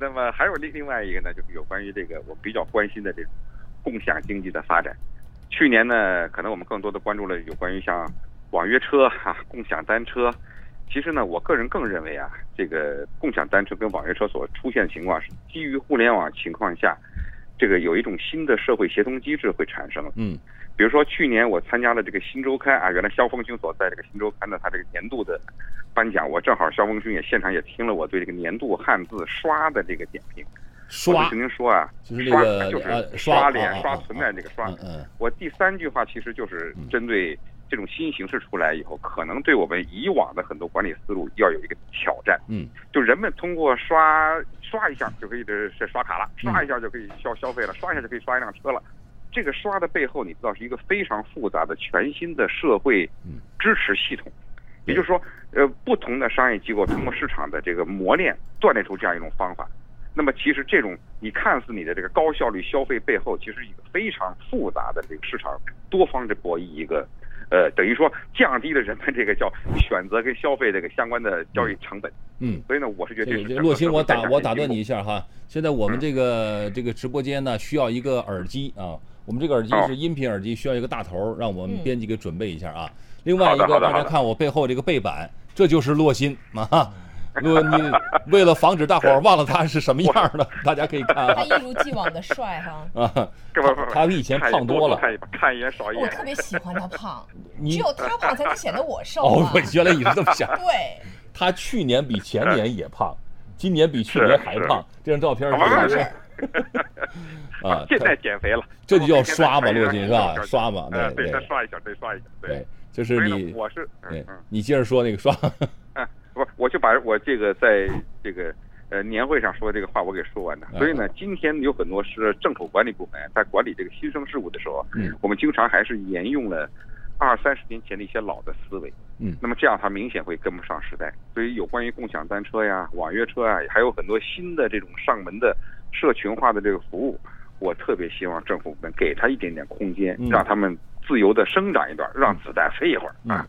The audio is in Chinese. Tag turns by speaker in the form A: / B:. A: 那么还有另另外一个呢，就是有关于这个我比较关心的这种共享经济的发展。去年呢，可能我们更多的关注了有关于像网约车哈、共享单车。其实呢，我个人更认为啊，这个共享单车跟网约车所出现的情况是基于互联网情况下，这个有一种新的社会协同机制会产生。
B: 嗯
A: 比如说去年我参加了这个新周刊啊，原来萧峰兄所在这个新周刊的他这个年度的颁奖，我正好萧峰兄也现场也听了我对这个年度汉字“刷”的这个点评。我
B: 刷
A: 就跟您说啊，
B: 就是那
A: 刷
B: 个
A: 就是
B: 呃
A: 刷
B: 刷
A: 脸、
B: 啊啊
A: 刷
B: 啊
A: 存在这个刷
B: 嗯。嗯
A: 我第三句话其实就是
B: 嗯
A: 针对这种新形式出来以后，可能对我们以往的很多管理思路要有一个挑战。
B: 嗯
A: 就人们通过刷刷一下就可以这是刷卡了，
B: 嗯
A: 刷一下就可以消消费了，刷一下就可以刷一辆车了。这个刷的背后，你知道是一个非常复杂的全新的社会
B: 嗯
A: 支持系统，
B: 对
A: 也就是说，呃，不同的商业机构通过市场的这个磨练，锻炼出这样一种方法。那么，其实这种你看似你的这个高效率消费背后，其实一个非常复杂的这个市场多方的博弈，一个呃，等于说降低了人们这个叫选择跟消费这个相关的交易成本。
B: 嗯。
A: 所以呢，我是觉得
B: 这
A: 这是
B: 个这
A: 整个
B: 洛鑫，
A: 社会
B: 我
A: 在
B: 打
A: 向
B: 我
A: 前
B: 打
A: 进
B: 断
A: 步
B: 你一下哈。现在我们
A: 嗯
B: 这个这个直播间呢，需要一个耳机啊。我们这个耳机
A: 哦
B: 是音频耳机，需要一个大头儿，让我们
C: 嗯
B: 编辑给准备一下啊。另外
A: 好
B: 一
A: 的
B: 个，
A: 好的
B: 大家
A: 好的
B: 看我背后这个背板，这就是洛鑫啊。洛，你为了防止大伙儿忘了他是什么样儿的，大家可以看
C: 他
B: 啊
C: 一如既往的帅哈，
B: 啊。
A: 这不不不
B: 他比以前
A: 看一
B: 胖多了
A: 看一看一眼少一
C: 我
A: 眼。
C: 特别喜欢他胖，只
B: 哎你
C: 有他胖才能显得我瘦
B: 哦
C: 啊，
B: 我。原来你是这么想。
C: 对，
B: 他去年比前年也胖，
A: 哎
B: 今年比去年还胖。这张照片
A: 好吧
B: 是
A: 是
B: 啊，
A: 现在
B: 他
A: 减肥了，
B: 这就叫刷嘛，
A: 我每天
B: 洛金
A: 看
B: 是
A: 一眼
B: 吧
A: 少一？眼
B: 刷嘛，
A: 呃
B: 对
A: 对，再刷一下，再刷一下，
B: 对
A: 对。，
B: 就
A: 所
B: 是
A: 以
B: 你
A: 呢，我是嗯
B: 对
A: 嗯，
B: 你接着说那个刷，
A: 不，我就把我这个在这个呃年会上说的这个话我给说完了。
B: 嗯
A: 所以呢，今天有很多是政府管理部门在管理这个新生事物的时候，
B: 嗯
A: 我们经常还是沿用了二三十年前的一些老的思维。
B: 嗯
A: 那么这样它明显会跟不上时代。所以有关于共享单车呀、网约车啊，还有很多新的这种上门的社群化的这个服务，我特别希望政府们给它一点点空间
B: 嗯，
A: 让他们自由的生长一段，让子弹飞一会儿
B: 嗯
A: 啊。